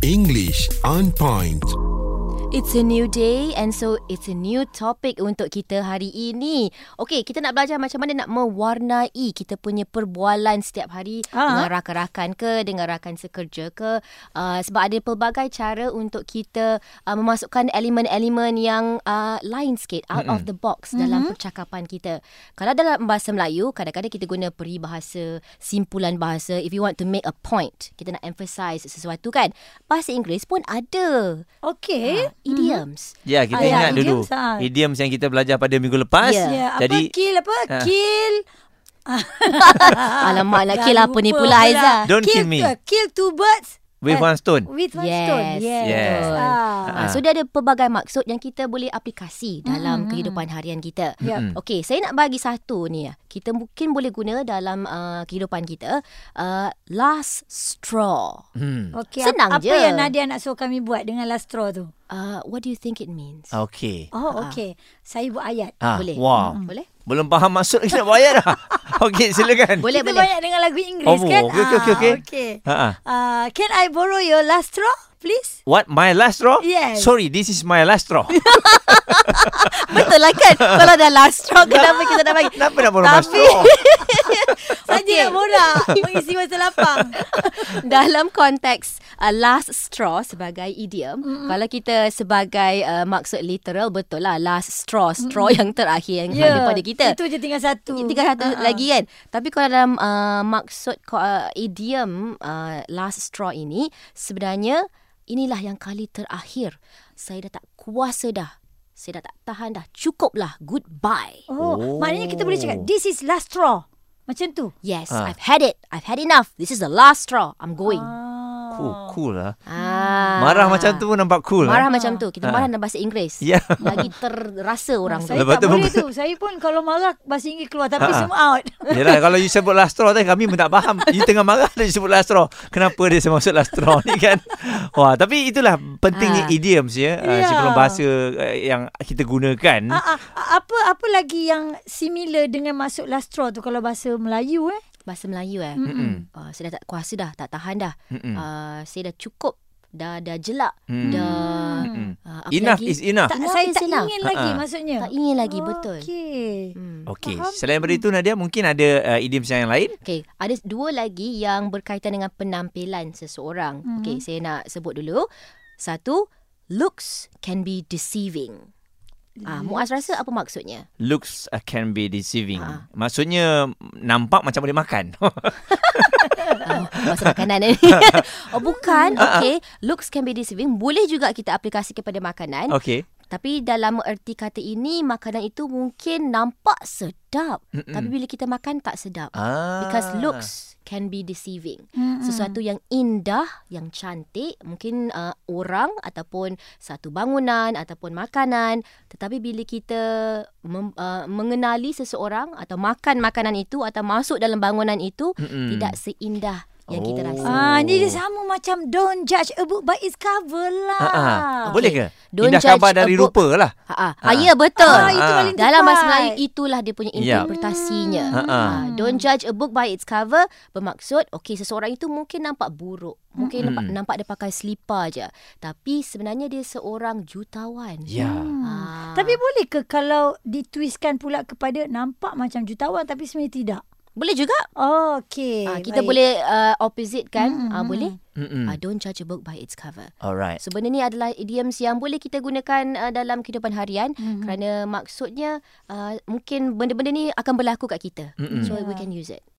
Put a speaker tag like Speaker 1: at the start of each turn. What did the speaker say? Speaker 1: English on point.
Speaker 2: It's a new day and so it's a new topic untuk kita hari ini. Okey, kita nak belajar macam mana nak mewarnai kita punya perbualan setiap hari
Speaker 3: Ah.
Speaker 2: dengan rakan-rakan ke, dengan rakan sekerja ke. Uh, sebab ada pelbagai cara untuk kita uh, memasukkan elemen-elemen yang uh, lain sikit, out mm-hmm. of the box mm-hmm. dalam percakapan kita. Kalau dalam bahasa Melayu, kadang-kadang kita guna peribahasa, simpulan bahasa. If you want to make a point, kita nak emphasize sesuatu kan. Bahasa Inggeris pun ada
Speaker 3: Okey.
Speaker 2: uh, idioms.
Speaker 4: Ya, kita
Speaker 3: Ah, ya,
Speaker 4: ingat dulu.
Speaker 3: idioms, ah.
Speaker 4: Idioms yang kita belajar pada minggu lepas.
Speaker 2: Ya.
Speaker 3: Ya, apa
Speaker 4: Jadi
Speaker 3: kill apa?
Speaker 4: Ha.
Speaker 3: Kill.
Speaker 2: Alamak nak
Speaker 3: Dah
Speaker 2: kill apa ni
Speaker 3: lupa
Speaker 2: pula Aiza.
Speaker 4: Don't kill me.
Speaker 3: two- Kill two birds
Speaker 4: with
Speaker 3: Eh,
Speaker 4: one stone.
Speaker 3: with one
Speaker 2: Yes,
Speaker 3: stone.
Speaker 4: yes.
Speaker 2: betul.
Speaker 3: Ah.
Speaker 2: Ah, so dia ada pelbagai maksud yang kita boleh aplikasi dalam
Speaker 3: Mm-hmm.
Speaker 2: kehidupan harian kita.
Speaker 3: Yep.
Speaker 4: Mm-hmm.
Speaker 2: Okey, saya nak bagi satu ni. ya. Kita mungkin boleh guna dalam uh, kehidupan kita. Uh, last straw.
Speaker 4: Hmm.
Speaker 3: Okey,
Speaker 2: Senang
Speaker 3: apa,
Speaker 2: je.
Speaker 3: Apa yang Nadia nak suruh kami buat dengan last straw tu?
Speaker 2: Uh, what do you think it means?
Speaker 4: Okey.
Speaker 3: Oh, okey. Saya buat ayat.
Speaker 4: Ah,
Speaker 2: Boleh. Hmm,
Speaker 4: Wow.
Speaker 3: Mm.
Speaker 2: Boleh?
Speaker 4: Belum faham maksud kita nak bayar dah. Okey, silakan.
Speaker 2: Boleh,
Speaker 3: Kita
Speaker 2: boleh.
Speaker 3: banyak dengan lagu Inggeris
Speaker 4: Oh,
Speaker 3: kan?
Speaker 4: okey, okey, okey, okey.
Speaker 3: okey.
Speaker 4: Ha ah.
Speaker 3: Ah, can I borrow your last straw, please?
Speaker 4: What my last straw?
Speaker 3: Yes.
Speaker 4: Sorry, this is my last straw.
Speaker 2: Betul lah kan? Kalau dah last straw, kenapa kita nak bagi?
Speaker 4: Kenapa nak borong my
Speaker 2: Tapi-
Speaker 4: straw?
Speaker 3: Saja okay. nak borak mengisi masa lapang.
Speaker 2: dalam konteks uh, last straw sebagai idiom mm-hmm. kalau kita sebagai uh, maksud literal betul lah last straw straw mm-hmm. yang terakhir yang yeah. ada pada kita
Speaker 3: Ya. Itu je tinggal satu.
Speaker 2: tiga satu
Speaker 3: Ah, ah.
Speaker 2: lagi kan tapi kalau dalam uh, maksud ko- uh, idiom uh, last straw ini sebenarnya inilah yang kali terakhir saya dah tak kuasa dah saya dah tak tahan dah cukuplah goodbye
Speaker 3: Oh,
Speaker 4: Oh.
Speaker 3: maknanya kita boleh cakap this is last straw. Macam tu.
Speaker 2: yes
Speaker 4: Ah.
Speaker 2: i've had it i've had enough this is the last straw i'm going
Speaker 3: Ah.
Speaker 4: Cool, cool lah.
Speaker 2: ah
Speaker 4: Marah macam tu pun nampak cool.
Speaker 2: Marah
Speaker 4: eh?
Speaker 2: macam tu. Kita
Speaker 4: Ah.
Speaker 2: marah dalam bahasa Inggeris.
Speaker 4: Ya.
Speaker 2: Lagi terrasa orang tu.
Speaker 3: Saya
Speaker 4: Lepas
Speaker 3: tak
Speaker 4: tu
Speaker 3: boleh
Speaker 4: mem-
Speaker 3: tu. Saya pun kalau marah bahasa Inggeris keluar tapi
Speaker 4: Ah, ah.
Speaker 3: semua out.
Speaker 4: Yelah kalau you sebut last straw tadi kami pun tak faham. You tengah marah dia sebut last straw. Kenapa dia maksud last straw ni kan? Wah, tapi itulah pentingnya
Speaker 2: Ah.
Speaker 4: idioms ya. Yeah.
Speaker 3: Ya.
Speaker 4: Sebelum bahasa ah, yang kita gunakan.
Speaker 3: Ah, ah, ah, apa apa lagi yang similar dengan masuk last straw tu kalau bahasa Melayu eh?
Speaker 2: Bahasa Melayu eh.
Speaker 4: Mm-mm.
Speaker 2: Uh, saya dah tak kuasa dah. Tak tahan dah.
Speaker 4: Mm-mm.
Speaker 2: Uh, saya dah cukup. Dah dah jelak.
Speaker 4: Mm.
Speaker 2: Dah.
Speaker 4: Mm-mm.
Speaker 2: Uh, apa
Speaker 4: Enough
Speaker 2: lagi?
Speaker 4: is enough.
Speaker 3: Tak
Speaker 2: Enough
Speaker 3: saya
Speaker 2: is
Speaker 3: tak
Speaker 2: enough.
Speaker 3: ingin
Speaker 4: Ah,
Speaker 3: lagi
Speaker 4: ah.
Speaker 3: maksudnya. Oh,
Speaker 2: Tak ingin lagi. Betul.
Speaker 3: Okey.
Speaker 2: Hmm.
Speaker 4: Okey,
Speaker 3: Faham.
Speaker 4: selain daripada itu Nadia mungkin ada uh, idioms yang lain?
Speaker 2: Okey, ada dua lagi yang berkaitan dengan penampilan seseorang. Mm-hmm. Okey, saya nak sebut dulu. Satu, looks can be deceiving. Ah, Muaz rasa apa maksudnya?
Speaker 4: Looks uh, can be deceiving.
Speaker 2: Ah.
Speaker 4: Maksudnya nampak macam boleh makan.
Speaker 2: Oh, Pasal makanan ni. oh bukan.
Speaker 4: Ah,
Speaker 2: Okey, looks can be deceiving. Boleh juga kita aplikasi kepada makanan.
Speaker 4: Okey.
Speaker 2: Tapi dalam erti kata ini makanan itu mungkin nampak sedap, Mm-mm. tapi bila kita makan tak sedap.
Speaker 4: Ah.
Speaker 2: Because looks can be deceiving.
Speaker 3: Mm-mm.
Speaker 4: Hmm.
Speaker 2: Sesuatu yang indah, yang cantik, mungkin uh, orang ataupun satu bangunan ataupun makanan, tetapi bila kita mem, uh, mengenali seseorang atau makan makanan itu atau masuk dalam bangunan itu
Speaker 4: Ah. Mm-mm.
Speaker 2: tidak seindah yang kita
Speaker 4: Hmm. Oh.
Speaker 2: rasa.
Speaker 3: Ah, ni dia sama macam don't judge a book by its cover lah.
Speaker 4: Ah, ah. Boleh ke?
Speaker 2: Don't
Speaker 4: Indah
Speaker 2: judge
Speaker 4: khabar
Speaker 2: a
Speaker 4: dari
Speaker 2: book.
Speaker 4: rupa lah.
Speaker 2: Ha ah. Ah, ya betul.
Speaker 3: Ah,
Speaker 4: itu paling
Speaker 2: Dalam
Speaker 3: tepat.
Speaker 2: bahasa Melayu itulah dia punya
Speaker 4: Ya.
Speaker 2: interpretasinya.
Speaker 4: Hmm. Ha, ha.
Speaker 2: Ah, don't judge a book by its cover bermaksud okey seseorang itu mungkin nampak buruk,
Speaker 4: Hmm.
Speaker 2: mungkin nampak, nampak dia pakai selipar je, tapi sebenarnya dia seorang jutawan.
Speaker 4: Ya.
Speaker 2: Ah.
Speaker 3: Tapi boleh ke kalau ditwistkan pula kepada nampak macam jutawan tapi sebenarnya tidak?
Speaker 2: boleh juga
Speaker 3: Oh, okey.
Speaker 2: ah, kita
Speaker 3: Baik.
Speaker 2: boleh uh, opposite kan? Ah, boleh.
Speaker 4: Mm-mm.
Speaker 2: Ah, don't judge a book by its cover.
Speaker 4: Alright.
Speaker 2: So benda ni adalah idioms yang boleh kita gunakan uh, dalam kehidupan harian mm-hmm. kerana maksudnya uh, mungkin benda-benda ni akan berlaku kat kita.
Speaker 4: Mm-mm.
Speaker 2: So we can use it.